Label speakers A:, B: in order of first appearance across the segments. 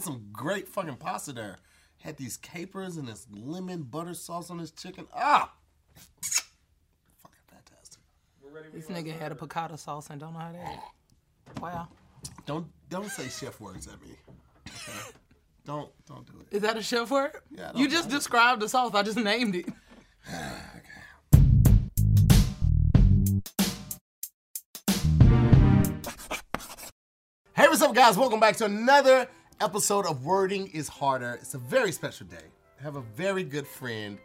A: some great fucking pasta there. Had these capers and this lemon butter sauce on this chicken. Ah, fucking fantastic.
B: This nigga had a piccata sauce and don't know how that. Wow.
A: Don't don't say chef words at me. okay? don't don't do it.
B: Is that a chef word?
A: Yeah, I don't
B: You just described the sauce. I just named it.
A: Hey, what's up, guys? Welcome back to another episode of Wording is Harder. It's a very special day. I have a very good friend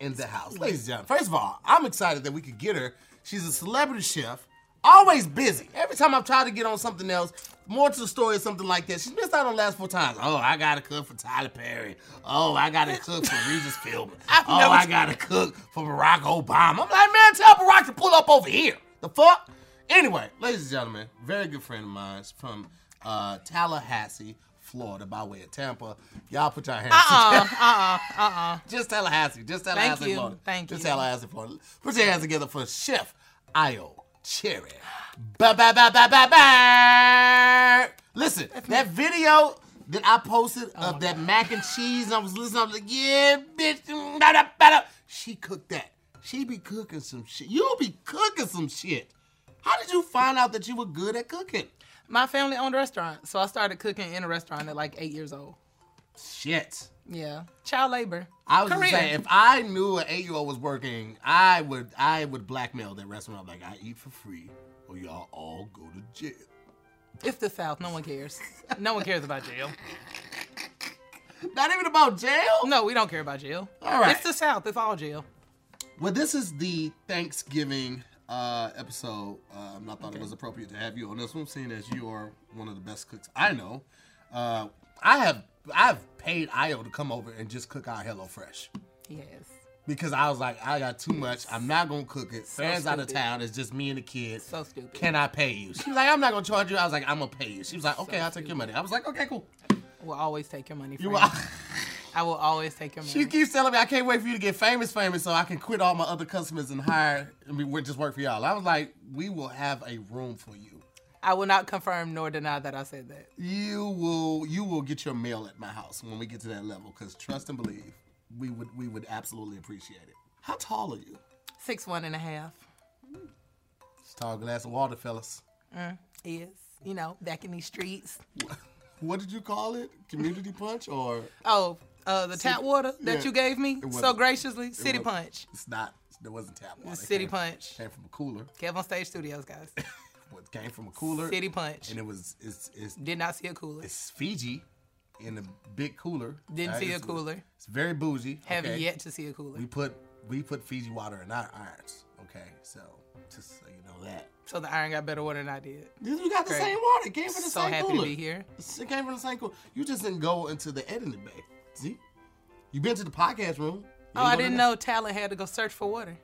A: in the house. Ladies and gentlemen, first of all, I'm excited that we could get her. She's a celebrity chef, always busy. Every time I've tried to get on something else, more to the story or something like that, she's missed out on the last four times. Oh, I gotta cook for Tyler Perry. Oh, I gotta cook for Regis Philbin.
B: I've
A: oh,
B: never
A: I gotta cook for Barack Obama. I'm like, man, tell Barack to pull up over here. The fuck? Anyway, ladies and gentlemen, very good friend of mine She's from uh, Tallahassee, Florida, by way of Tampa. Y'all put your hands
B: Uh uh uh uh uh.
A: just Tallahassee. Just Tallahassee,
B: you,
A: Florida.
B: thank
A: just
B: you.
A: Tallahassee, Florida. Put your hands together for Chef Io Cherry. Ba ba ba ba ba ba. Listen, that video that I posted
B: Oh
A: of that mac and cheese, I was listening. I was like, yeah, bitch. mm, da, da, ba, da. She cooked that. She be cooking some shit. You be cooking some shit. How did you find out that you were good at cooking?
B: My family owned a restaurant, so I started cooking in a restaurant at like eight years old.
A: Shit.
B: Yeah. Child labor.
A: I was just
B: Career.
A: saying, if I knew an eight-year-old was working, I would I would blackmail that restaurant. I'm like, I eat for free, or y'all all go to jail.
B: It's the South. No one cares. No one cares about jail.
A: Not even about jail.
B: No, we don't care about jail.
A: All right.
B: It's the South. It's all jail.
A: Well, this is the Thanksgiving uh, episode. Um, I thought it was appropriate to have you on this one, seeing as you are one of the best cooks I know. Uh, I have I've paid Io to come over and just cook our HelloFresh.
B: Yes.
A: because I was like, I got too much. I'm not gonna cook it. Fans out of
B: stupid.
A: town. It's just me and the kids.
B: So stupid.
A: Can I pay you? She was like, I'm not gonna charge you. I was like, I'm gonna pay you. She was like, Okay, I'll take your money. I was like, Okay, cool.
B: Will always take your money.
A: You
B: friend. I will always take your money.
A: she keeps telling me, I can't wait for you to get famous, famous, so I can quit all my other customers and hire. I mean, we just work for y'all. I was like, We will have a room for you.
B: I will not confirm nor deny that I said that.
A: You will, you will get your mail at my house when we get to that level. Cause trust and believe, we would, we would absolutely appreciate it. How tall are you?
B: Six one and a half
A: Just tall glass of water, fellas.
B: is, you know, back in these streets.
A: What did you call it? Community punch or
B: Oh, uh, the tap water that
A: yeah.
B: you gave me
A: It
B: so
A: wasn't-
B: graciously, City
A: wasn't-
B: Punch.
A: it's not? There wasn't tap water. It
B: City
A: came-
B: Punch.
A: Came from a cooler.
B: Kev on Stage Studios, guys.
A: What came from a cooler?
B: City Punch.
A: And it was it's it's
B: Did not see a cooler.
A: it's Fiji in a big cooler.
B: Didn't
A: That
B: see a
A: is-
B: cooler.
A: It's very bougie.
B: Have
A: okay?
B: yet to see a cooler.
A: We put we put Fiji water in our irons. Okay, so just so you know that.
B: So the iron got better water than I did.
A: You got the
B: Great.
A: same water. It came from the
B: So
A: same
B: happy
A: cooler.
B: to be here.
A: It came from the same cooler. You just didn't go into the editing bay. See, you been to the podcast room. You
B: Oh, I
A: ain't go in
B: didn't
A: there.
B: know Talent had to go search for water.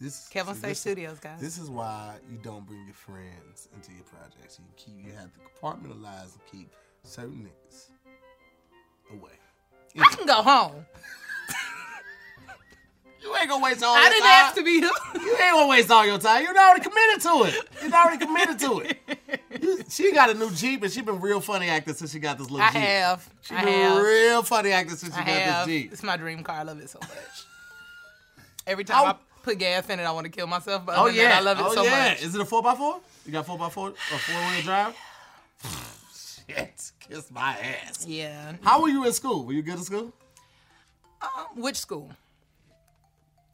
A: This
B: Kevin
A: see,
B: Stage
A: this-
B: Studios, guys.
A: This is why you don't bring your friends into your projects. You keep you have to compartmentalize and keep certain niggas away.
B: I can go home.
A: You ain't gonna waste all
B: I
A: your
B: didn't
A: time.
B: ask to be here.
A: You ain't gonna waste all your time. You're already committed to it. You're already committed to it. You- she got a new Jeep and she been real funny acting since she got this little
B: I
A: Jeep.
B: have.
A: She
B: I
A: been
B: have.
A: real funny acting since she
B: I
A: got this
B: have.
A: Jeep.
B: It's my dream car. I love it so much. Every time I
A: Oh.
B: put gas in it, I want to kill myself. But
A: Oh
B: other than
A: yeah,
B: that, I love it
A: oh
B: so
A: yeah.
B: much.
A: Is it a four x four? You got four x four or four wheel drive? Shit, kiss my ass.
B: Yeah.
A: How were you in school? Were you good at school?
B: Um, which school?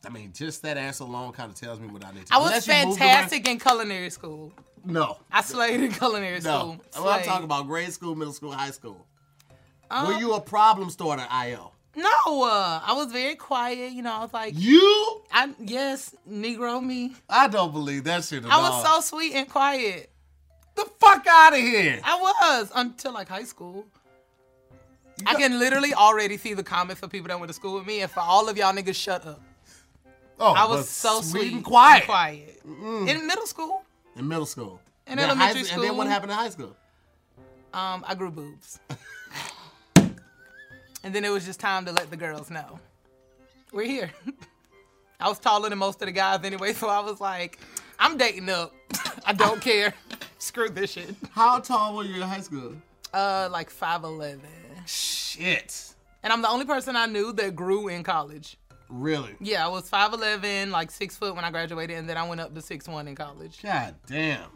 A: I mean, just that answer alone kind of tells me what I need to.
B: I was
A: Unless you moved
B: fantastic in culinary school.
A: around- No,
B: I slayed in culinary
A: no.
B: school.
A: Well, I'm
B: Slayed.
A: talking about grade school, middle school, high school.
B: Um,
A: Were you a problem starter, IO?
B: No, uh, I was very quiet. You know, I was like,
A: You?
B: I yes, Negro me.
A: I don't believe that shit at
B: I
A: all.
B: was so sweet and quiet.
A: the fuck out of here.
B: I was until like high school.
A: You
B: I
A: got-
B: can literally already see the comments for people that went to school with me, and for all of y'all niggas, shut up.
A: Oh,
B: I was
A: but
B: so sweet,
A: and quiet.
B: and quiet. In middle school,
A: in middle school.
B: In
A: Then
B: elementary
A: high, And then what
B: school.
A: happened in high school?
B: um, I grew boobs, and then it was just time to let the girls know we're here. I was taller than most of the guys anyway, so I was like, I'm dating up. I don't care. Screw this shit.
A: How tall were you in high school?
B: Uh, like five eleven,
A: Shit.
B: and I'm the only person I knew that grew in college.
A: Really?
B: Yeah, I was five eleven, like six foot when I graduated, and then I went up to six one in college.
A: God damn.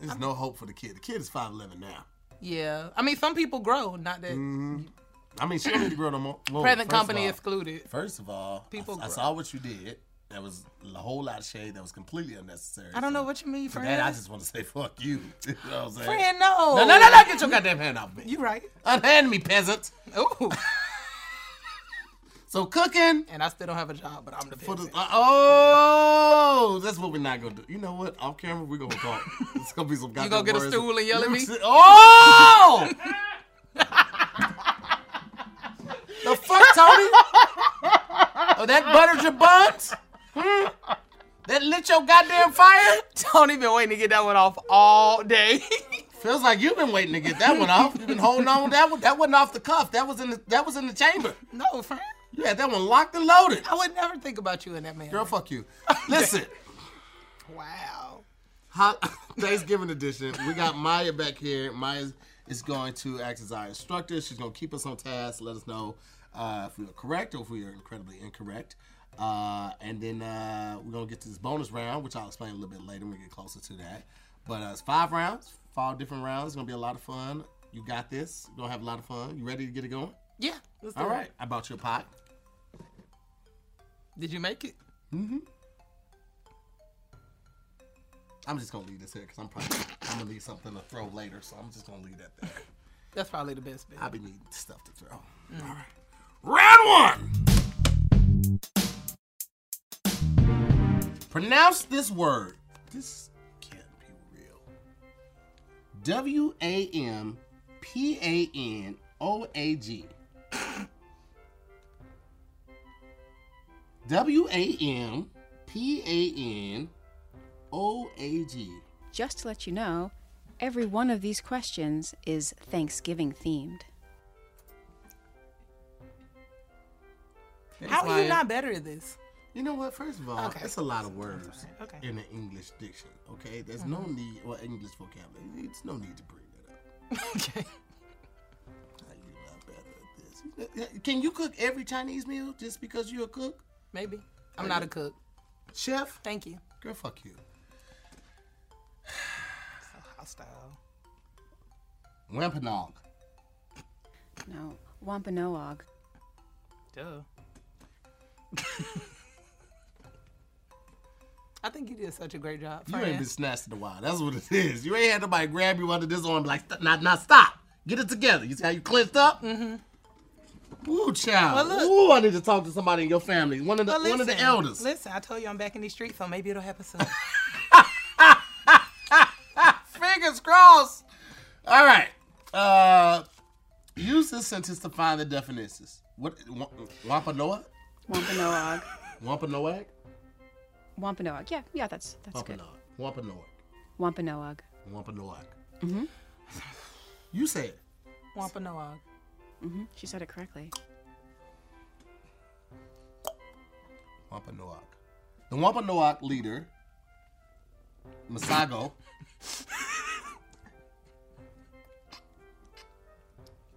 A: There's no hope for the kid. The kid is 5'11 now.
B: Yeah, I mean some people grow, not that
A: I mean, she don't need to grow no more. Whoa, Mm, first of
B: present company
A: all-
B: excluded.
A: First of all,
B: People
A: I, I
B: grow.
A: saw what you did. That was a whole lot of shade. That was completely unnecessary.
B: I don't know
A: So,
B: what you mean,
A: for
B: friend.
A: that. I just want to say, fuck you. you know what I'm saying?
B: friend, no.
A: No, no, no, no. Get your goddamn hand off me.
B: You right?
A: Unhand me, peasant.
B: Oh,
A: So cooking.
B: and I still don't have a job, but I'm the
A: For the,
B: peasant.
A: uh, oh, that's what we're not gonna do. You know what? Off camera, we're gonna talk. It's gonna be some goddamn.
B: gonna get a
A: words.
B: stool and yell at me?
A: Oh! the fuck, Tony? Oh, that buttered your buns? Hmm? That lit your goddamn fire?
B: Tony been waiting to get that one off all day.
A: Feels like you've been waiting to get that one off. You've been holding on to that one. That wasn't off the cuff. That was in the that was in the chamber.
B: no, friend.
A: You had that one locked and loaded.
B: I would never think about you in that man.
A: Girl, fuck you. Listen.
B: Wow.
A: Hot Thanksgiving edition. We got Maya back here. Maya is going to act as our instructor. She's going to keep us on task. Let us know uh, if we are correct or if we are incredibly incorrect. Uh, and then uh, we're going to get to this bonus round, which I'll explain a little bit later when we get closer to that. But uh, it's five rounds, five different rounds. It's going to be a lot of fun. You got this. You're going to have a lot of fun. You ready to get it going?
B: Yeah. Let's do
A: All
B: it.
A: right. I bought you a pot.
B: Did you make it?
A: I'm just going to leave this here because I'm probably I'm going to need something to throw later. So I'm just going to leave that there.
B: That's probably the best bit.
A: I be needing stuff to throw. All right. Round one. Pronounce this word. This can't be real. W A M P A N O A G. W A M P A N O A G.
C: Just to let you know, every one of these questions is Thanksgiving themed.
B: How are
A: Ryan.
B: you not better at this?
A: You know what? First of all,
B: Okay.
A: that's a lot of words
B: Okay. Mm-hmm.
A: in the English diction. Okay, there's no need or English vocabulary. It's no need to bring that up.
B: okay.
A: How you not better at this? Can you cook every Chinese meal just because you're a cook,
B: Maybe. I'm not a cook.
A: chef?
B: Thank you.
A: Girl, fuck you.
B: So hostile.
A: Wampanog.
C: No, Wampanoag.
B: Duh. I think you did such a great job.
A: You ain't
B: friend.
A: been snatched in a while. That's what it is. You ain't had nobody grab you under this arm like, "Stop- not, not stop. Get it together. You see how you clenched up? Mm-hmm. Ooh, child.
B: Mm-hmm. Well, look-
A: Ooh, I need to talk to somebody in your family. One of the
B: But
A: one of the elders.
B: Listen, I told you I'm back in these streets, so maybe it'll happen soon.
A: Fingers crossed. All right. Uh, use this sentence to find the definitions. What wa- Wampanoag?
C: Wampanoag.
A: Wampanoag?
C: Wampanoag. Yeah, yeah, that's that's good.
A: Wampanoag. Wampanoag.
C: Wampanoag.
A: Wampanoag. Mm-hmm. You say it.
B: Wampanoag.
C: hmm She said it correctly.
A: Wampanoag. The Wampanoag leader, Masago.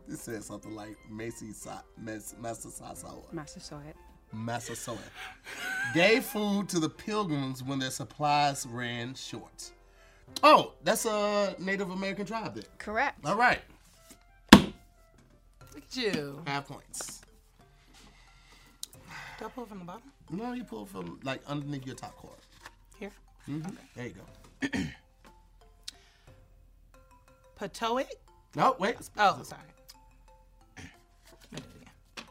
A: This says something like Macy Sa- Mas- Masasawa.
C: Master saw it.
A: Massasoit, gave food to the pilgrims when their supplies ran short. Oh, that's a Native American tribe there.
C: Correct.
A: All right,
B: Look at you.
A: half points.
B: Do I pull from the bottom?
A: No, you pull from like underneath your top card.
B: Here.
A: There you go.
B: Potoic.
A: No, wait.
B: Oh, sorry. Let me do it again.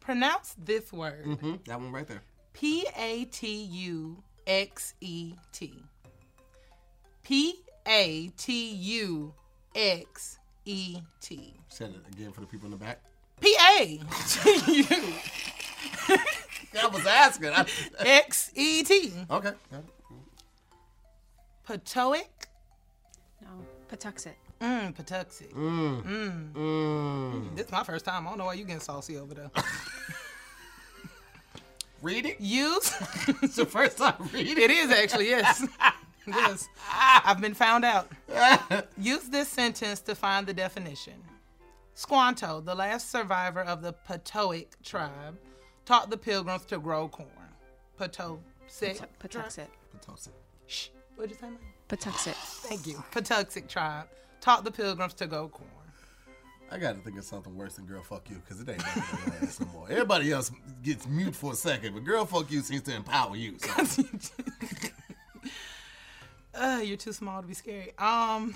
B: Pronounce this word.
A: hmm That one right there.
B: P A T U X E T. P A T U X E T.
A: Said it again for the people in the back.
B: P A T U
A: I was asking. I-
B: X E T.
A: okay. got it.
B: Potoic.
C: No, Patuxet.
B: Mmm, Patuxent. Mmm. Mmm. This is my first time. I don't know why you getting saucy over there.
A: Read it.
B: Use.
A: It's the first time reading.
B: it is actually, yes. This. I've been found out. Use this sentence to find the definition. Squanto, the last survivor of the Potoic tribe, taught the pilgrims to grow corn. Potoic.
C: Patuxet.
A: Pitocin.
B: Shh. What'd you say, Mike?
C: Patuxet.
B: Thank you. Patuxet tribe taught the pilgrims to grow corn.
A: I gotta think of something worse than girl fuck you, because it ain't nothing like this no more. Everybody else gets mute for a second, but girl fuck you seems to empower you. So.
B: Uh, you're too small to be scary. Um.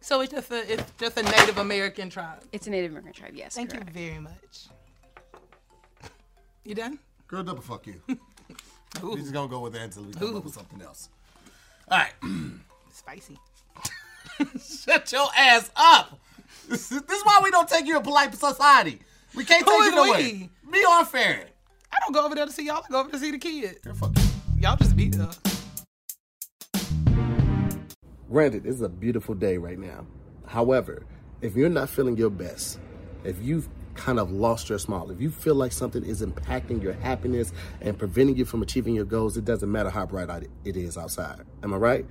B: So it's just a it's just a Native American tribe.
C: It's a Native American tribe, yes.
B: Thank
C: correct.
B: you very much. You done?
A: Girl double fuck you. We're just gonna go with that until we come up with something else. All right.
B: Spicy.
A: Shut your ass up. This is, this is why we don't take you in polite society. We can't
B: Who
A: take
B: is
A: you away. Be our fair.
B: I don't go over there to see y'all. I go over to see the kids.
A: Girl fuck you.
B: Y'all just be there.
A: Granted, it's a beautiful day right now. However, if you're not feeling your best, if you've kind of lost your smile, if you feel like something is impacting your happiness and preventing you from achieving your goals, it doesn't matter how bright out it is outside. Am I right?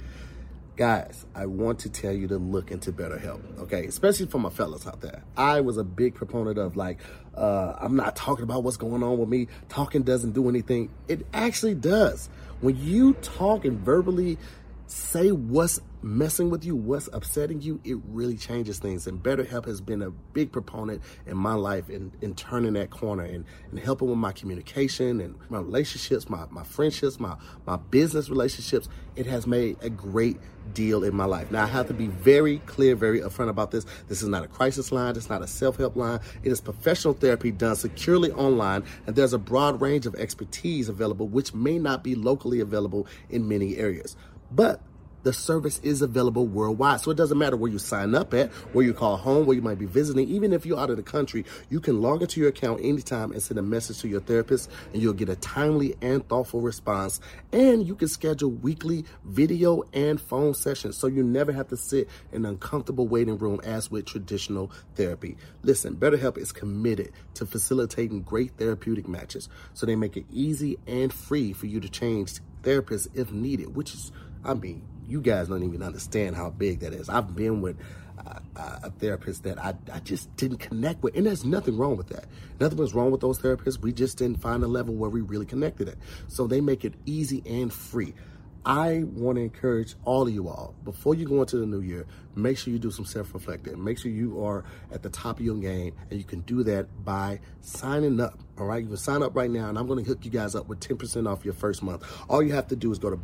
A: Guys, I want to tell you to look into BetterHelp, okay? Especially for my fellas out there. I was a big proponent of like, uh, I'm not talking about what's going on with me. Talking doesn't do anything. It actually does. When you talk and verbally say what's messing with you, what's upsetting you, it really changes things. And BetterHelp has been a big proponent in my life in, in turning that corner and, and helping with my communication and my relationships, my, my friendships, my, my business relationships. It has made a great deal in my life. Now, I have to be very clear, very upfront about this. This is not a crisis line, it's not a self help line. It is professional therapy done securely online, and there's a broad range of expertise available, which may not be locally available in many areas. But the service is available worldwide. So it doesn't matter where you sign up at, where you call home, where you might be visiting. Even if you're out of the country, you can log into your account anytime and send a message to your therapist, and you'll get a timely and thoughtful response. And you can schedule weekly video and phone sessions so you never have to sit in an uncomfortable waiting room as with traditional therapy. Listen, BetterHelp is committed to facilitating great therapeutic matches so they make it easy and free for you to change therapists if needed, which is I mean, you guys don't even understand how big that is. I've been with a, a therapist that I, I just didn't connect with, and there's nothing wrong with that. Nothing was wrong with those therapists. We just didn't find a level where we really connected it. So they make it easy and free. I want to encourage all of you all before you go into the new year, make sure you do some self reflecting. Make sure you are at the top of your game, and you can do that by signing up. All right, you can sign up right now, and I'm going to hook you guys up with 10% off your first month. All you have to do is go to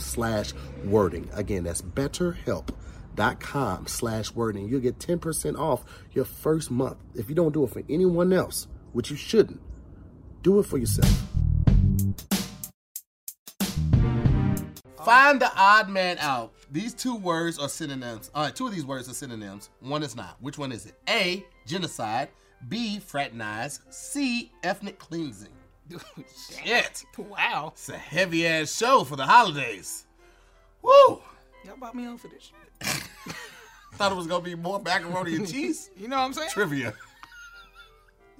A: BetterHelp.com/wording. Again, that's BetterHelp dot com slash wording you'll get 10% off your first month if you don't do it for anyone else which you shouldn't do it for yourself Find the odd man out. These two words are synonyms. All right, two of these words are synonyms. One is not. Which one is it? A. Genocide. B. Fraternize. C. Ethnic cleansing. Shit.
B: Wow.
A: It's a heavy ass show for the holidays. Woo!
B: Y'all bought me on for this shit.
A: Thought it was gonna be more macaroni and cheese
B: You know what I'm saying?
A: trivia.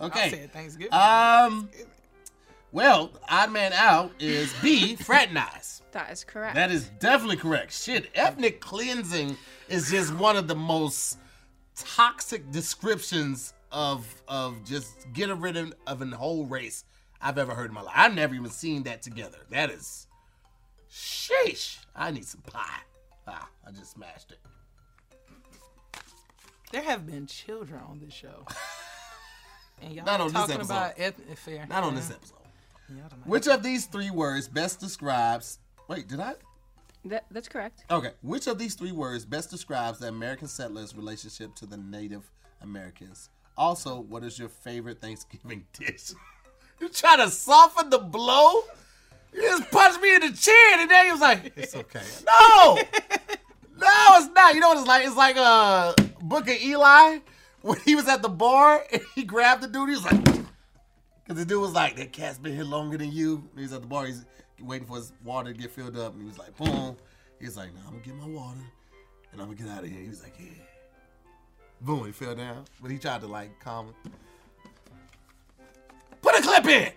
A: Okay.
B: I said Thanksgiving.
A: Um. Well, odd man out is B. Fraternize.
C: That is correct.
A: That is definitely correct. Shit, ethnic cleansing is just one of the most toxic descriptions of of just getting rid of, of a whole race I've ever heard in my life. I've never even seen that together. That is, sheesh. I need some pie. Ah, I just smashed it.
B: there have been children on this show. And y'all
A: Not
B: are
A: on this
B: talking
A: episode.
B: about ethnic fair.
A: Not on this episode.
B: Y'all done
A: Which of these three words best describes? Wait, did I?
C: That- that's correct.
A: Okay. Which of these three words best describes the American settlers' relationship to the Native Americans? Also, what is your favorite Thanksgiving dish? you trying to soften the blow? You just punched me in the chin, and then he was like, "It's okay." No, no, it's not. You know what it's like? It's like uh, Booker Eli when he was at the bar and he grabbed the dude. He was like, "Cause the dude was like, that cat's been here longer than you." And he's at the bar. He's waiting for his water to get filled up, and he was like, "Boom." He's like, "No, I'm gonna get my water, and I'm gonna get out of here." He was like, "Yeah." Boom, he fell down, but he tried to like calm him. Put a clip in.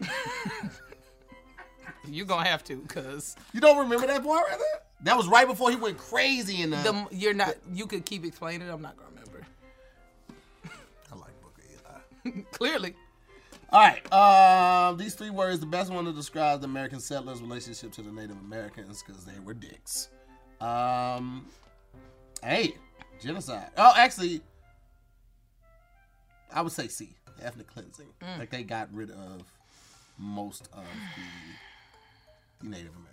B: You're gonna have to, cause
A: You don't remember that part, rather? That was right before he went crazy in uh, the.
B: the, you're not. You could keep explaining. it, I'm not gonna remember.
A: I like Booker Eli.
B: Clearly,
A: All right. Uh, these three words, the best one to describe the American settlers' relationship to the Native Americans because they were dicks. Um, hey, genocide. Oh, actually, I would say C, ethnic cleansing.
B: Mm.
A: Like they got rid of most of the, the Native Americans.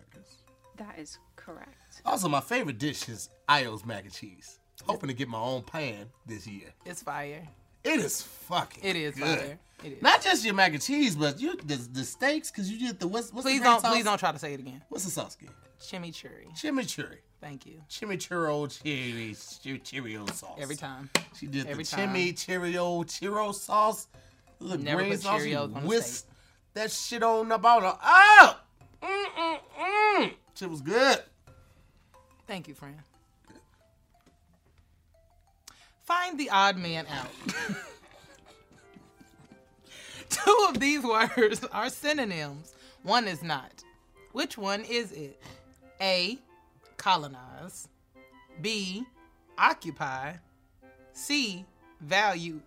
C: That is correct.
A: Also, my favorite dish is Io's mac and cheese. Hoping to get my own pan this year.
B: it's fire.
A: It is fucking.
B: It is
A: good.
B: fire. It is.
A: Not just your mac and cheese, but you the, the steaks because you did the what's what's
B: Please
A: the red
B: don't.
A: sauce?
B: Please don't try to say it again.
A: What's the sauce again?
B: Chimichurri.
A: Chimichurri,
B: Thank you.
A: chimichurro, cherry, ch- Cheerio sauce.
B: Every time.
A: she did
B: every
A: the
B: time.
A: chimi Cheerio chiro sauce, the
B: Never
A: green
B: put
A: sauce. You
B: Cheerios on a
A: whisk
B: steak.
A: that shit on about her. Oh, mm mm mm. Shit was good.
B: Thank you, friend. Find the odd man out. Two of these words are synonyms, one is not. Which one is it? A. Colonize. B. Occupy. C. Value.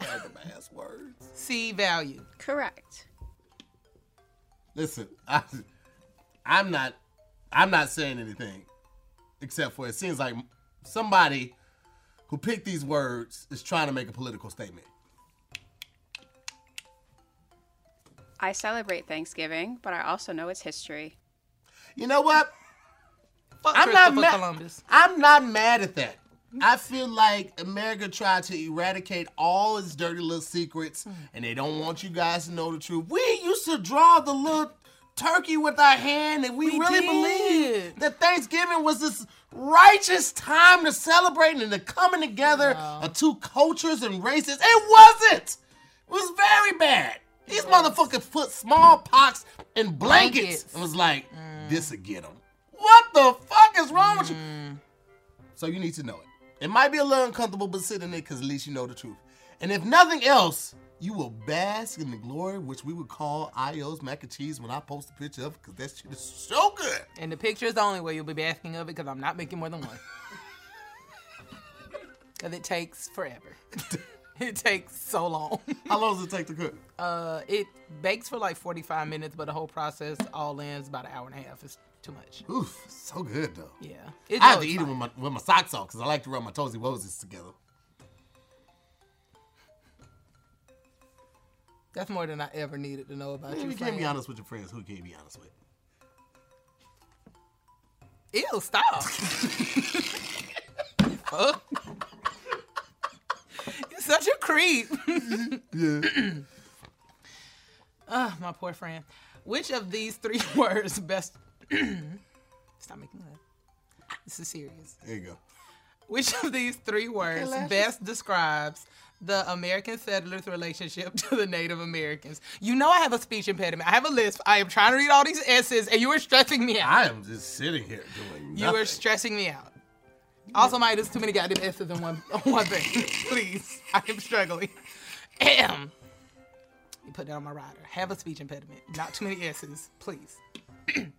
A: Random ass words.
B: C. Value.
C: Correct.
A: Listen, I, I'm not, I'm not saying anything, except for it seems like somebody who picked these words is trying to make a political statement.
C: I celebrate Thanksgiving, but I also know its history.
A: You know what?
B: Fuck
A: I'm
B: Christopher
A: not mad.
B: Columbus.
A: I'm not mad at that. I feel like America tried to eradicate all its dirty little secrets, and they don't want you guys to know the truth. We used to draw the little turkey with our hand, and we,
B: We
A: really
B: did.
A: believed that Thanksgiving was this righteous time to celebrate and the coming together of two cultures and races. It wasn't. It was very bad. These motherfuckers put smallpox in blankets.
B: Blankets. Mm.
A: and was like, this'll get them. What the fuck is wrong with you?
B: Mm.
A: So you need to know it. It might be a little uncomfortable, but sit in it because at least you know the truth. And if nothing else, you will bask in the glory which we would call IO's mac and cheese when I post a picture of it because that shit is so good.
B: And the picture is the only way you'll be basking of it because I'm not making more than one. Because it takes forever. it takes so long.
A: How long does it take to cook?
B: Uh, it bakes for like 45 minutes, but the whole process all in is about an hour and a half. It's too much.
A: Oof, so good though.
B: Yeah. It,
A: I have
B: no,
A: to
B: it's
A: eat it
B: fine.
A: with my, with my socks off because I like to rub my toesy wosies together.
B: That's more than I ever needed to know about you.
A: You can't
B: Fran.
A: be honest with your friends. Who can you be honest with?
B: Ew, stop. Fuck. You're such a creep. Ah, my poor friend. Which of these three words best. stop making me laugh. This is serious.
A: There you go.
B: Which of these three words best describes the American settlers' relationship to the Native Americans? You know, I have a speech impediment. I have a lisp. I am trying to read all these S's, and you are stressing me out.
A: I am just sitting here doing
B: You
A: nothing.
B: are stressing me out. Also, Maya, there's too many goddamn S's in one, on one thing. Please, I am struggling. Ahem. You put that on my rider. Have a speech impediment. Not too many S's, please.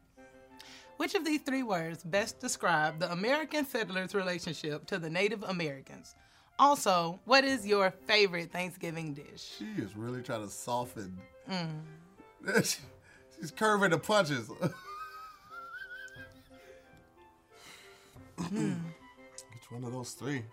B: Which of these three words best describe the American settlers' relationship to the Native Americans? Also, what is your favorite Thanksgiving dish?
A: She is really trying to soften. Mm. She's curving the punches. Hmm. Which one of those three?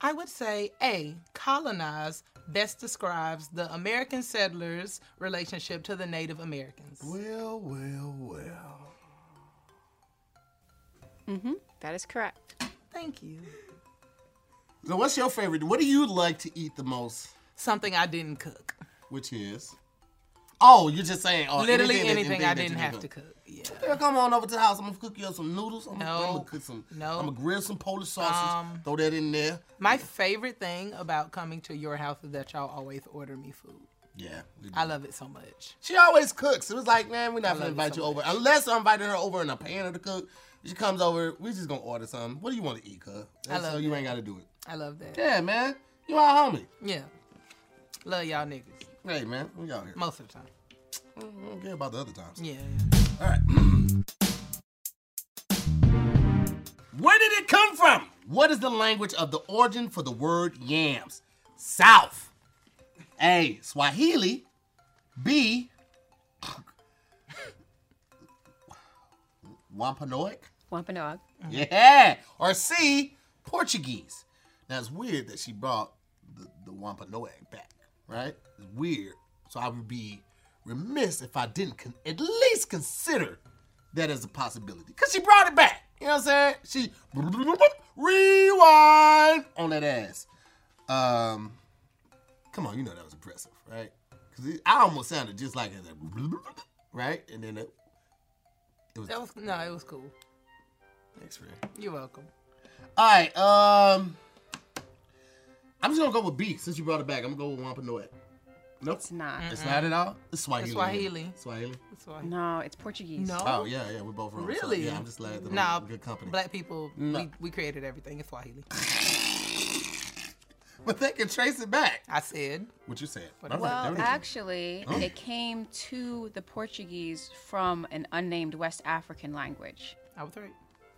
B: I would say A, colonize best describes the American settlers' relationship to the Native Americans.
A: Well, well, well.
C: That is correct.
B: Thank you.
A: So, what's your favorite? What do you like to eat the most?
B: Something I didn't cook.
A: Which is? Oh, you're just saying. Oh,
B: Literally
A: that-
B: anything, I
A: that you
B: didn't
A: can
B: have
A: cook.
B: to cook. Yeah.
A: Girl, come on over to the house. I'm gonna cook you up some noodles. I'm, gonna, I'm
B: No.
A: gonna cook some.
B: No.
A: I'm gonna grill some Polish sausage. throw that in there.
B: My favorite thing about coming to your house is that y'all always order me food.
A: Yeah. we do.
B: I love it so much.
A: She always cooks. It was like, man, we're not gonna
B: love you
A: invite
B: so
A: you over unless I invited her over in a panel to cook. She comes over. We just gonna order something. What do you want to eat, cuz?
B: I love
A: So you ain't gotta do it.
B: I love that.
A: Yeah, man. You our homie.
B: Yeah. Love y'all niggas.
A: Hey, man. We out here.
B: Most of the time.
A: I don't care about the other times.
B: Yeah.
A: All right. Where did it come from? What is the language of the origin for the word yams? South. A. Swahili. B. Wampanoag.
C: Wampanoag.
A: Yeah. Or C. Portuguese. Now it's weird that she brought the, the Wampanoag back, right? It's weird. So I would be remiss if I didn't con- at least consider that as a possibility. Because she brought it back. You know what I'm saying? She rewind on that ass. Um, come on, you know that was impressive, right? Because I almost sounded just like it, right? And then it, it was
B: That was no, it was cool.
A: Thanks for
B: You're welcome.
A: All right, um, I'm just gonna go with B since you brought it back. I'm gonna go with Wampanoag. Nope,
C: It's not.
A: it's not at all. It's Swahili.
B: It's Swahili.
A: Swahili.
B: That's why.
C: No, it's Portuguese.
B: No.
A: Oh yeah, yeah, we're both wrong. So,
B: Really?
A: yeah, I'm just glad that
B: Nah,
A: I'm good company.
B: Black people,
A: No.
B: we, we created everything. It's Swahili.
A: But they can trace it back.
B: I said,
A: What you said?
B: What-
A: All right, there
C: Well,
A: we go.
C: actually, it came to the Portuguese from an unnamed West African language,
B: I was right.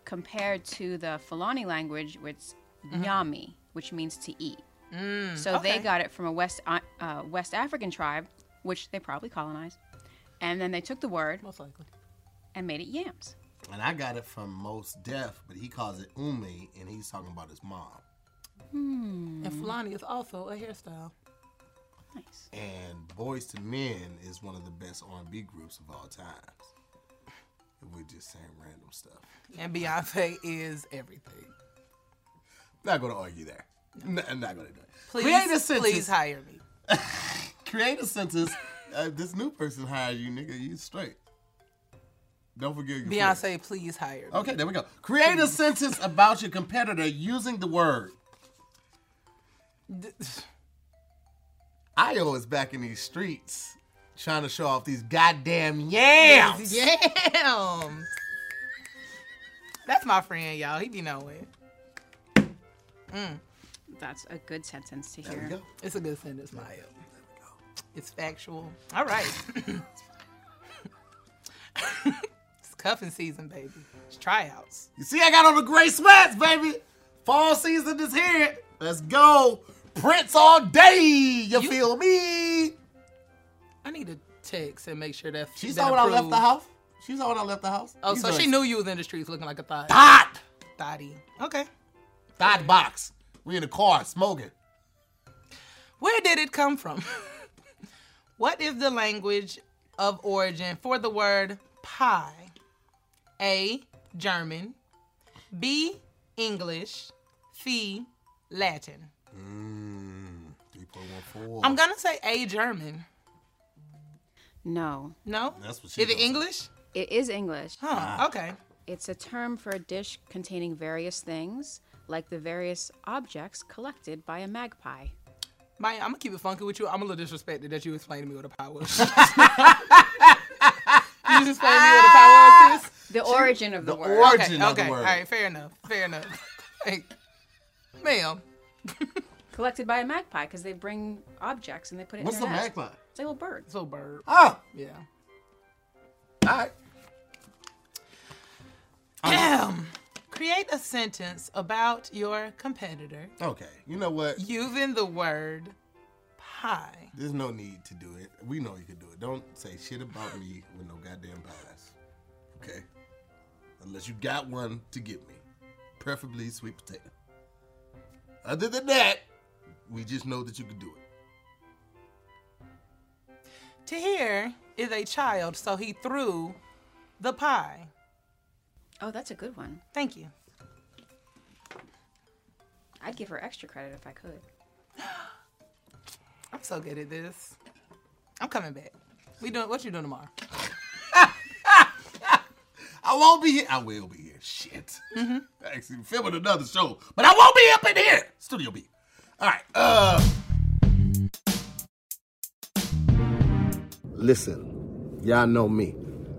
C: compared to the Fulani language, which is
A: Mm-hmm.
C: Nyami, which means to eat.
A: Mm,
C: so they
B: okay.
C: got it from a West uh, uh, West African tribe, which they probably colonized, and then they took the word
B: Most likely.
C: and made it yams.
A: and I got it from Most Def, but he calls it Umi, and he's talking about his mom.
B: And Fulani is also a hairstyle.
C: Nice.
A: And Boys to Men is one of the best R&B groups of all times. We're just saying random stuff.
B: And Beyonce is everything.
A: Not gonna argue there. No, I'm not gonna do it.
B: Please,
A: Create a sentence.
B: please hire me.
A: create a sentence. Uh, this new person hired you, nigga. You straight. Don't forget your friends.
B: Beyonce, please hire me.
A: Okay, there we go. Create a sentence about your competitor using the word.
B: D-
A: Io is back in these streets trying to show off these goddamn yams.
B: Damn. That's my friend, y'all. He be knowing.
C: That's a good sentence to
A: There we
C: hear.
A: go.
B: It's a good sentence, Maya. It's factual. All right. it's cuffing season, baby. It's tryouts.
A: You see, I got on the gray sweats, baby. Fall season is here. Let's go. Prince all day. You,
B: You-
A: feel me?
B: I need to text and make sure that
A: She
B: been
A: saw when I left
B: approved.
A: the house. She saw when I left the house.
B: Oh,
A: You
B: so
A: know
B: she
A: it's
B: knew you was in the streets looking like a thot.
A: Hot.
B: Thotty. Okay.
A: Thought box. We in the car smoking.
B: Where did it come from? what is the language of origin for the word pie? A. German. B. English. C. Latin.
A: 3.14.
B: I'm gonna say A. German.
C: No,
B: No.
A: That's what she
B: Is it
A: gonna say.
B: English?
C: it is English.
B: Huh. Okay.
C: It's a term for a dish containing various things, like the various objects collected by a magpie.
B: Maya, I'm gonna keep it funky with you. I'm a little disrespected that you explained to me what a pie was. you just explained to me what a pie was. sis?
C: The origin of the,
A: the
C: word.
A: origin
B: Okay.
A: of the
B: Okay. All
A: word.
B: right. Fair enough. Fair enough. Like, ma'am.
C: collected by a magpie because they bring objects and they put it
A: What's
C: in their
A: the
C: nest.
A: magpie?
C: It's a little bird.
B: So bird.
A: Oh,
B: Yeah.
A: all right.
B: Ahem. Create a sentence about your competitor
A: Okay. You know what?
B: using the word pie.
A: There's no need to do it. We know you can do it. Don't say shit about me with no goddamn pies. Okay? Unless you got one to give me. Preferably sweet potato. Other than that, we just know that you can do it.
B: Tahir is a child, so he threw the pie.
C: Oh, that's a good one.
B: Thank you.
C: I'd give her extra credit if I could.
B: I'm so good at this. I'm coming back. We doing what you doing tomorrow?
A: I won't be here. I will be here. Shit. Actually, we're filming another show, but I won't be up in here. Studio B. All right. Uh. Listen, y'all know me.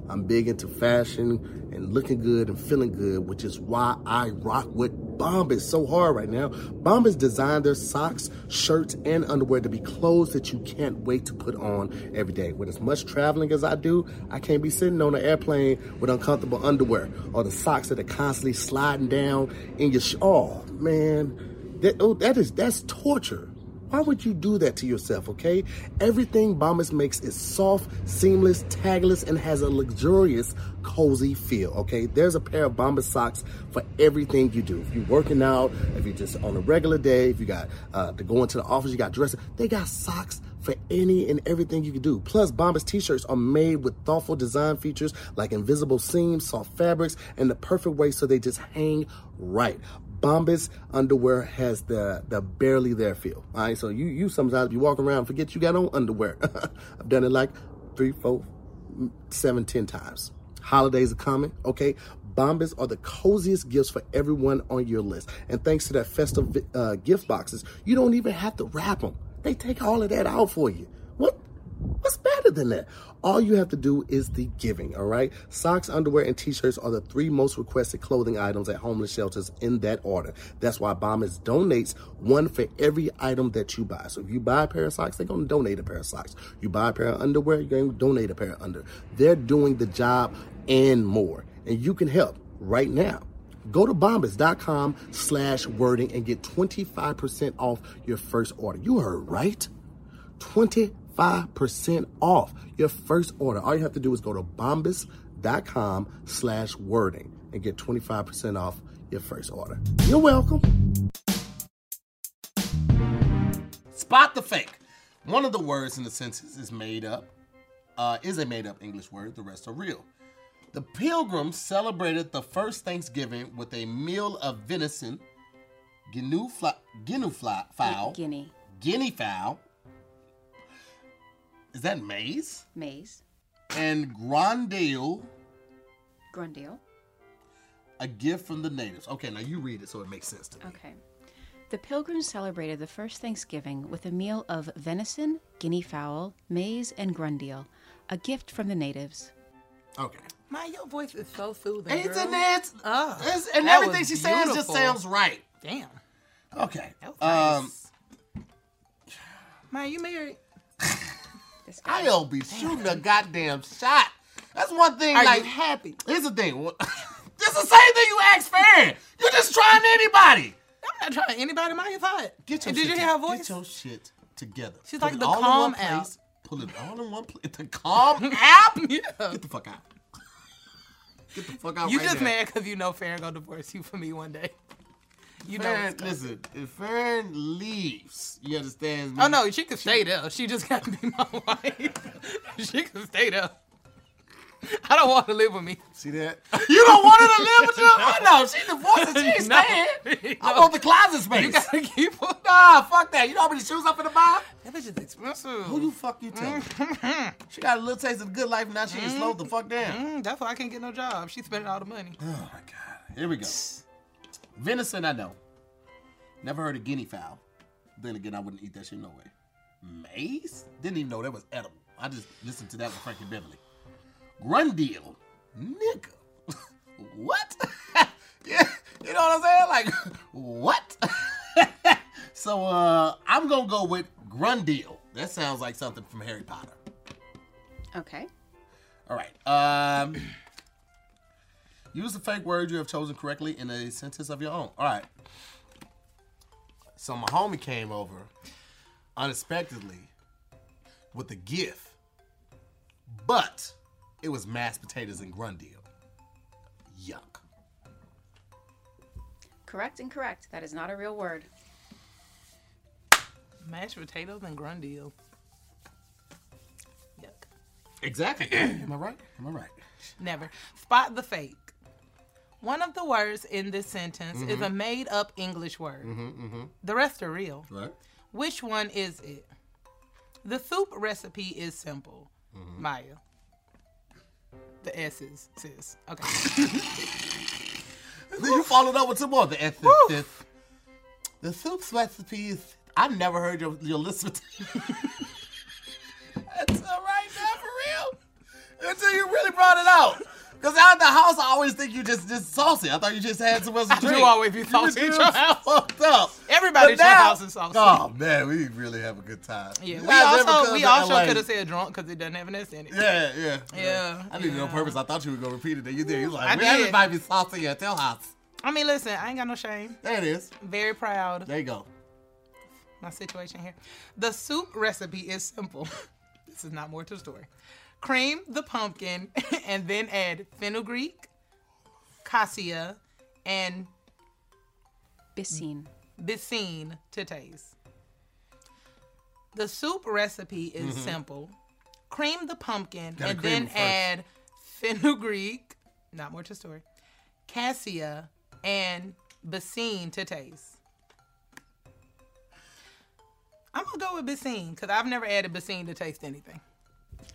A: I'm big into fashion and looking good and feeling good, which is why I rock with Bombas so hard right now. Bombas designed their socks, shirts, and underwear to be clothes that you can't wait to put on every day. With as much traveling as I do, I can't be sitting on an airplane with uncomfortable underwear or the socks that are constantly sliding down in your. Sh- oh man, that, oh, that is that's torture. Why would you do that to yourself, okay? Everything Bombas makes is soft, seamless, tagless, and has a luxurious, cozy feel, okay? There's a pair of Bombas socks for everything you do. If you're working out, if you're just on a regular day, if you got uh, to go into the office, you got dressed, they got socks for any and everything you can do. Plus, Bombas t-shirts are made with thoughtful design features like invisible seams, soft fabrics, and the perfect way so they just hang right. Bombas underwear has the the barely there feel. All right, so you you sometimes be walking around forget you got on underwear. I've done it like three, four, seven, ten times. Holidays are coming, okay? Bombas are the coziest gifts for everyone on your list, and thanks to their festive uh, gift boxes, you don't even have to wrap them. They take all of that out for you. What? What's better than that? All you have to do is the giving, all right? Socks, underwear, and t-shirts are the three most requested clothing items at homeless shelters in that order. That's why Bombas donates one for every item that you buy. So if you buy a pair of socks, they're gonna donate a pair of socks. You buy a pair of underwear, you're gonna donate a pair of under. They're doing the job and more. And you can help right now. Go to bombas.com slash wording and get 25% off your first order. You heard right. 25% off your first order. All you have to do is go to bombas.com slash wording and get 25% off your first order. You're welcome. Spot the fake. One of the words in the sentence is made up, uh, is a made up English word. The rest are real. The pilgrims celebrated the first Thanksgiving with a meal of venison, guinea, fla- guinea fla- fowl,
C: Guinea.
A: guinea fowl. Is that maize?
C: Maize.
A: And grandale,
C: Grundle.
A: a gift from the natives. Okay, now you read it so it makes sense to me.
C: Okay. The pilgrims celebrated the first Thanksgiving with a meal of venison, guinea fowl, maize, and grundeal, a gift from the natives.
A: Okay.
B: My, your voice is so soothing.
A: It's
B: girl.
A: an it's,
B: Oh,
A: it's- and
B: that
A: everything
B: was
A: she says just
B: beautiful.
A: sounds right.
B: Damn.
A: Okay.
B: That was
A: Um,
B: nice. My, you married?
C: This guy.
A: I'll be shooting a goddamn shot. That's one thing.
B: Are
A: like
B: you happy?
A: Here's the thing. this is the same thing you asked Farron. You're just trying anybody.
B: I'm not trying anybody. My, you thought.
A: Get your
B: And Did
A: shit
B: you hear her
A: to-
B: voice?
A: Get your shit together.
B: She's
A: Put
B: like
A: it
B: the
A: all in
B: Calm
A: one place.
B: app.
A: Pull it all in one place. The calm app?
B: yeah.
A: Get the fuck out. Get the fuck out
B: You
A: right
B: just
A: now.
B: mad because you know Farrah gonna divorce you for me one day. You know.
A: Farron,
B: it's coming.
A: listen, if Farron leaves, you understand me?
B: Oh no, she could stay there. She just gotta be my wife. she could stay there. I don't want to live with me.
A: See that? You don't want her to live with you? Oh no, she divorced and she ain't
B: No.
A: staying. I
B: No.
A: want the closet space.
B: You gotta keep her.
A: Nah, fuck that. You know how many shoes I'm finna buy?
B: That bitch is expensive.
A: Who you fuck you tell? she got a little taste of the good life, now she ain't slowed the fuck down.
B: Mm, that's why I can't get no job. She spending all the money.
A: Oh my god. Here we go. Venison, I know. Never heard of guinea fowl. Then again, I wouldn't eat that shit no way. Maize? Didn't even know that was edible. I just listened to that with Frankie Beverly. Grundeal. Nigga. what? yeah, you know what I'm saying? Like, what? so uh I'm gonna go with Grundeal. That sounds like something from Harry Potter.
C: Okay.
A: All right. Um, use the fake word you have chosen correctly in a sentence of your own. All right. So my homie came over unexpectedly with a gift, but it was mashed potatoes and grundeal. Yuck.
C: Correct, incorrect. That is not a real word.
B: Mashed potatoes and grundeal. Yuck.
A: Exactly. Am I right? Am I right?
B: Never. Spot the fake. One of the words in this sentence is
A: Mm-hmm.
B: a made up English word. The rest are real.
A: Right.
B: Which one is it? The soup recipe is simple.
A: Mm-hmm.
B: Maya. The S's, sis. Okay.
A: Then you followed up with some more. The eth-
B: Woof.
A: the, the soup recipe is. I've never heard your, your list. That's all right, man, for real. Until you really brought it out. Because I around the house, I always think you just just saucy. I thought you just had some
B: I
A: drink.
B: do always be
A: You
B: saucy
A: was-
B: at
A: you
B: your
A: was
B: house.
A: Fucked up.
B: Everybody
A: But
B: at your
A: now-
B: house is saucy.
A: Oh man, we really have a good time.
B: Yeah,
A: You
B: we
A: guys ever
B: also
A: come
B: we
A: to
B: also
A: LA?
B: could have said drunk because it doesn't have an S in it.
A: Yeah, yeah,
B: Yeah,
A: I did it on
B: yeah.
A: purpose. I thought you were gonna repeat it. Then you did. You was like,
B: I
A: man,
B: did.
A: everybody be saucy at your house.
B: I mean, listen, I ain't got no shame.
A: There it is.
B: Very proud of
A: There you go.
B: my situation here. The soup recipe is simple. this is not more to the story. Cream the pumpkin and then add fenugreek, cassia, and
C: Bissine.
B: Bissine to taste. The soup recipe is simple. Cream the pumpkin
A: Mm-hmm. Gotta
B: and
A: cream
B: then
A: it first.
B: add fenugreek, not more to story, cassia, and Bissine to taste. I'm gonna go with Bissine because I've never added Bissine to taste anything.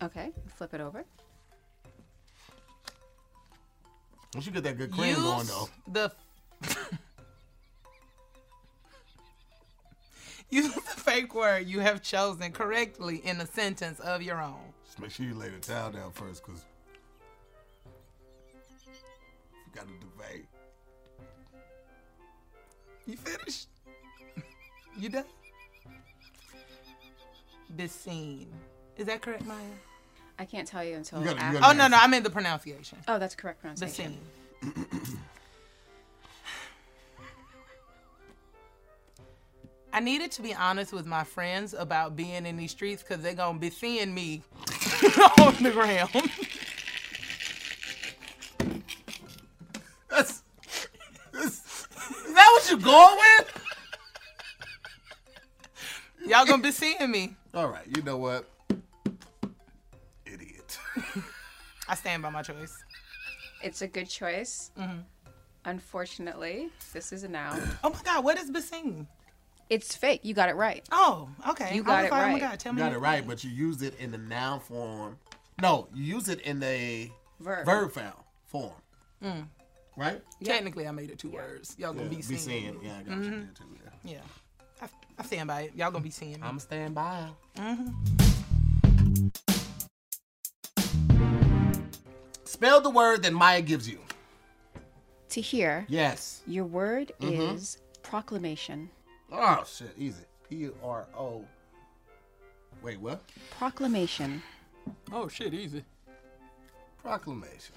C: Okay, flip it over.
A: Once you get that good cream going
B: Use
A: though.
B: the Use the fake word you have chosen correctly in a sentence of your own.
A: Just make sure you lay the towel down first, cause you got to debate.
B: You finished? You done? Bissine. Is that correct, Maya?
C: I can't tell you until
A: You gotta- you
C: after.
A: gotta-
B: Oh no, no, I meant the pronunciation.
C: Oh, that's correct
B: Bissine.
C: pronunciation.
B: I needed to be honest with my friends about being in these streets because they're gonna be seeing me on the ground.
A: That's, that's is that what you going with?
B: Y'all gonna be seeing me.
A: All right, you know what? Idiot.
B: I stand by my choice.
C: It's a good choice. Unfortunately, this is a noun.
B: Oh my God, what is Basine?
C: It's fake. You got it right.
B: Oh, okay.
C: You
B: I
C: got
B: was like,
C: it
B: Oh my
C: right.
B: God, tell
A: You
B: me.
A: got it right, but you used it in the noun form. No, you use it in the
C: Verb.
A: verb found form. Right?
B: Technically, I made it two words. Y'all gonna be
A: Be
B: seeing.
A: seeing.
B: me.
A: Yeah, I got you there too. Yeah.
B: Yeah. I, I stand by it. Y'all gonna be seeing me.
A: I'm standing by. Mm-hmm. Spell the word that Maya gives you.
C: To hear,
A: Yes.
C: your word is proclamation.
A: Oh shit, easy. P R O. Wait, what?
C: Proclamation.
B: oh shit, easy.
A: Proclamation.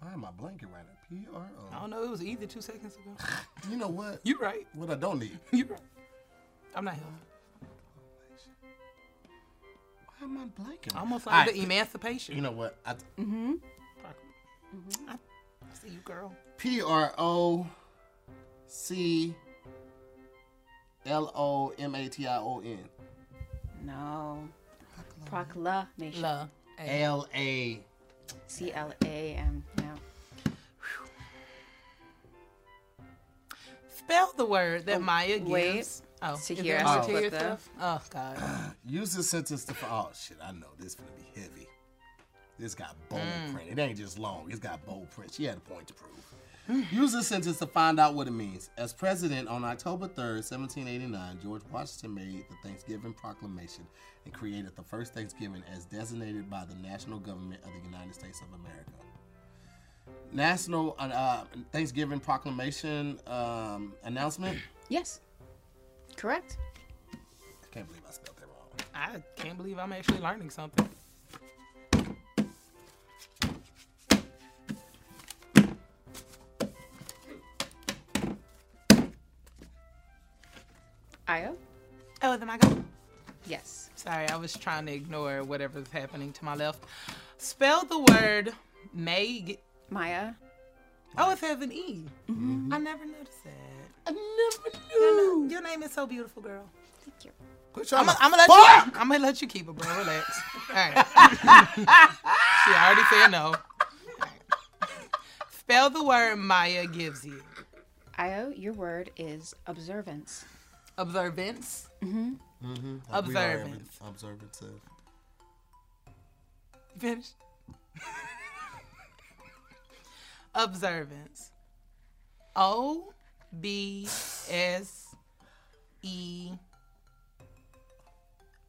A: Why am I blanking right now? P R
B: I
A: O.
B: don't know. It was easy two seconds ago.
A: You know what?
B: You right.
A: What I don't need.
B: You right. I'm not helping.
A: Why am I blanking?
B: Almost
A: All
B: like
A: right,
B: the emancipation. Mm-hmm.
A: You know what? I,
B: I see you, girl.
A: P R O C L O M A T I O N.
C: No. Proclamation.
B: Love.
A: L A.
C: C L A M. No.
B: Spell the word that Maya gives.
C: wait.
B: Oh,
C: To
B: is
C: hear
B: there
C: us
B: more to
C: flip
B: hear
C: the-
B: stuff? Oh God.
A: Use this sentence to. Oh shit! I know this gonna be heavy. This got bold print. It ain't just long. It's got bold print. She had a point to prove. Use this sentence to find out what it means. As president on October 3rd, 1789, George Washington made the Thanksgiving Proclamation and created the first Thanksgiving as designated by the national government of the United States of America. National uh, uh, Thanksgiving Proclamation um, announcement.
C: Yes. Correct.
A: I can't believe I spelled that wrong.
B: I can't believe I'm actually learning something.
C: Io?
B: Oh, then I go.
C: Yes.
B: Sorry, I was trying to ignore whatever's happening to my left. Spell the word may. Get,
C: Maya?
B: oh, it says an E. I
C: Mm-hmm.
B: never noticed that.
A: I never
B: Your na- Your name is so beautiful, girl.
C: Thank you.
A: Quit
B: I'm
A: trying to
B: gonna let you. I'm gonna let you keep it, bro. Relax. All right. she already said no. All right. Spell the word Maya gives you.
C: Io, your word is observance.
B: Observance.
A: We are every-
B: Observance.
A: Observance. of-
B: You finished? Observance. O B S E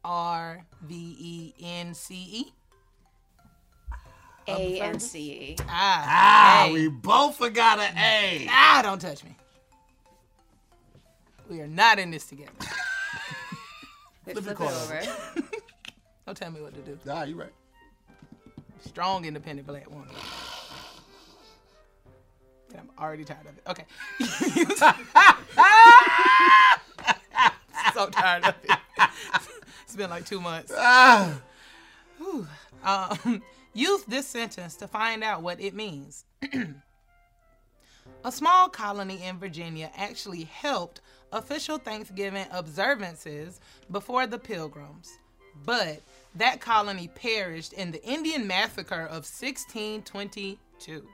B: R V E N C E.
C: A and C E.
B: Ah,
A: Ah,
B: A.
A: we both forgot an A.
B: ah, don't touch me. We are not in this together.
C: Flip
A: the
C: it
A: coin.
C: over.
B: Don't tell me what to do.
A: Ah, you right.
B: Strong, independent black woman. And I'm already tired of it. Okay. so tired of it. It's been like two months.
A: Ah,
B: Um, use this sentence to find out what it means. a small colony in Virginia actually helped official Thanksgiving observances before the Pilgrims, but that colony perished in the Indian Massacre of 1622.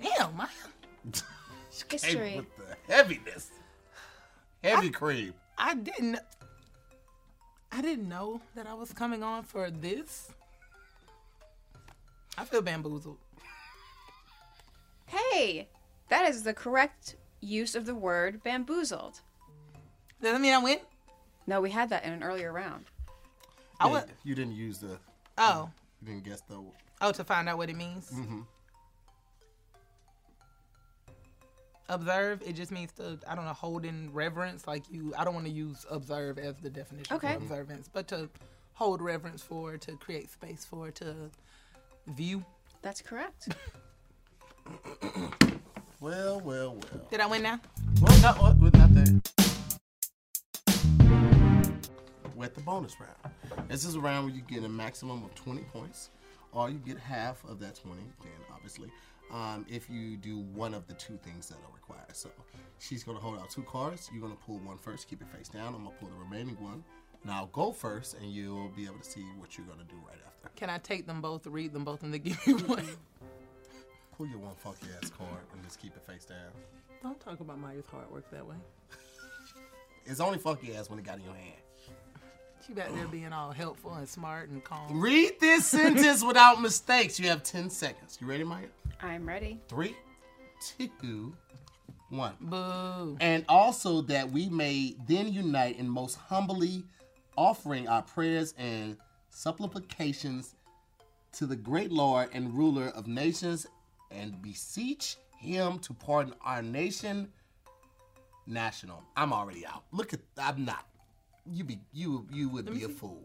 B: Damn, man.
A: hey,
C: History.
A: with the heaviness. Heavy cream.
B: I didn't. I didn't know that I was coming on for this. I feel bamboozled.
C: Hey, that is the correct use of the word bamboozled.
B: Does that mean I win?
C: No, we had that in an earlier round.
B: I
A: Yeah,
B: would.
A: You didn't use the.
B: Oh,
A: You didn't guess the.
B: oh, to find out what it means. Observe. It just means to. I don't know. Hold in reverence. Like you. I don't want to use observe as the definition
C: Okay.
B: for observance, but to hold reverence for, to create space for, to view.
C: That's correct.
A: Well, well, well.
B: Did I win now?
A: Well, not, well, not that. We're at the bonus round. This is a round where you get a maximum of 20 points, or you get half of that 20, then obviously, um, if you do one of the two things that are required. So she's going to hold out two cards. You're going to pull one first, keep it face down. I'm going to pull the remaining one. And I'll go first, and you'll be able to see what you're going to do right after.
B: Can I take them both, read them both, and then give you one?
A: Pull your one funky ass card and just keep it face down.
B: Don't talk about Maya's hard work that way.
A: It's only funky ass when it got in your hand.
B: She back there being all helpful and smart and calm.
A: Read this sentence without mistakes. You have 10 seconds. You ready, Maya?
C: I'm ready.
A: Three, two, one.
B: Boo.
A: And also that we may then unite in most humbly offering our prayers and supplications to the great Lord and ruler of nations and beseech him to pardon our nation national. I'm already out. Look at I'm not. You be you you would be a fool.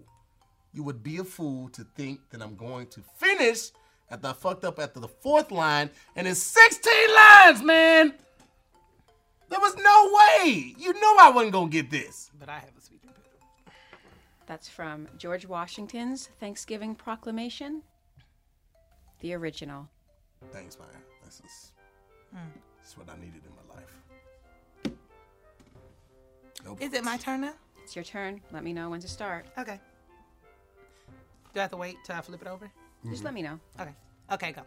A: You would be a fool to think that I'm going to finish after I fucked up after the fourth line and it's 16 lines, man. There was no way. You knew I wasn't gonna get this.
B: But I have a speaking impediment.
C: That's from George Washington's Thanksgiving Proclamation, the original.
A: Thanks, man. This is this is what I needed in my life. Nope.
B: Is it my turn now?
C: It's your turn. Let me know when to start.
B: Okay. Do I have to wait till I flip it over?
C: Just let me know.
B: Okay. Okay, go.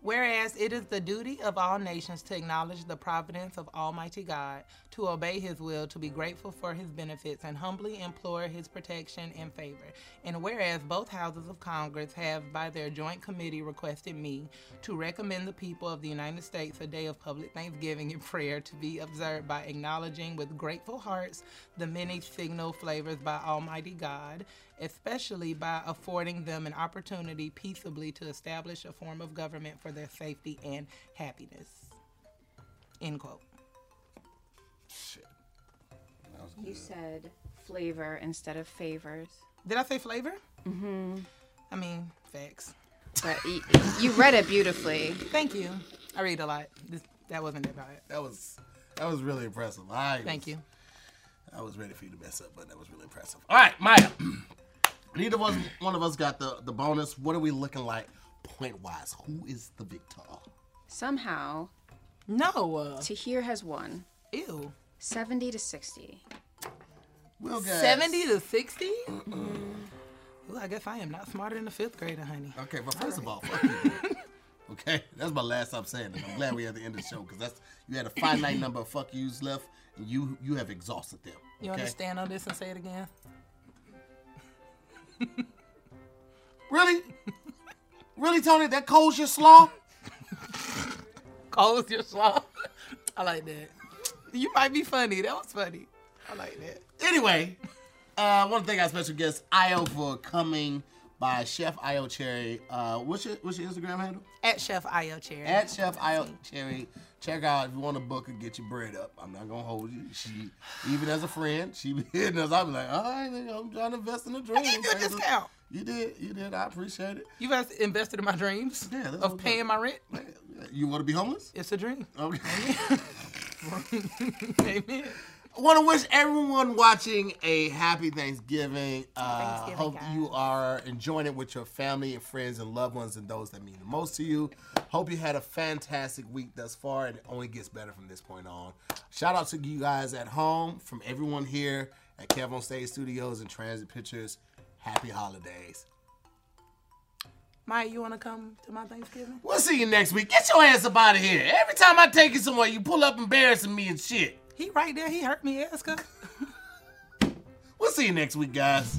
B: Whereas it is the duty of all nations to acknowledge the providence of Almighty God, to obey His will, to be grateful for His benefits, and humbly implore His protection and favor. And whereas both houses of Congress have, by their joint committee, requested me to recommend the people of the United States a day of public thanksgiving and prayer to be observed by acknowledging with grateful hearts the many signal flavors by Almighty God, especially by affording them an opportunity peaceably to establish a form of government for their safety and happiness. End quote.
A: Shit.
C: You said flavor instead of favors,
B: Did I say flavor? Mm-hmm. I mean, facts.
C: but you, you read it beautifully.
B: Thank you. I read a lot. This, that wasn't it about it.
A: That was that was really impressive. I
B: Thank
A: was-
B: you.
A: I was ready for you to mess up, but that was really impressive. All right, Maya. Neither of us, one of us got the, the bonus. What are we looking like point wise? Who is the victor?
C: Somehow,
B: No. Uh,
C: Tahir has won
B: ew.
C: 70 to 60.
A: Well, guys.
B: 70 to 60? Ooh, I guess I am not smarter than a fifth grader, honey.
A: Okay, but first of all, fuck you. Okay, that's my last stop saying it. I'm glad we had the end of the show because that's you had a finite number of fuck yous left, and you you have exhausted them.
B: You
A: okay?
B: understand on this and say it again?
A: Really, really, Tony? That cold's your slaw?
B: Close your slob. I like that. You might be funny. That was funny. I like that.
A: Anyway, uh, I want to thank our special guest Io for coming by Chef Io Cherry. Uh, what's your what's your Instagram handle?
B: At Chef Io Cherry.
A: At Chef Io Cherry. Check out if you want a book and get your bread up. I'm not gonna hold you. She even as a friend, she be hitting us. I be like, all right, nigga, I'm trying to invest in the dream.
B: gave you a
A: Thanks.
B: discount.
A: You did, you did. I appreciate it.
B: You guys invested in my dreams
A: Yeah, that's what I'm
B: of paying my rent.
A: You want to be homeless?
B: It's a dream.
A: Okay.
B: Amen.
A: want to wish everyone watching a happy Thanksgiving. Uh,
D: Thanksgiving,
A: hope
D: guys.
A: you are enjoying it with your family and friends and loved ones and those that mean the most to you. Hope you had a fantastic week thus far and it only gets better from this point on. Shout out to you guys at home from everyone here at Kev on Stage Studios and Transit Pictures. Happy holidays.
B: Maya, you want to come to my Thanksgiving?
A: We'll see you next week. Get your ass up out of here. Every time I take you somewhere, you pull up embarrassing me and shit.
B: He right there. He hurt me, Eska.
A: We'll see you next week, guys.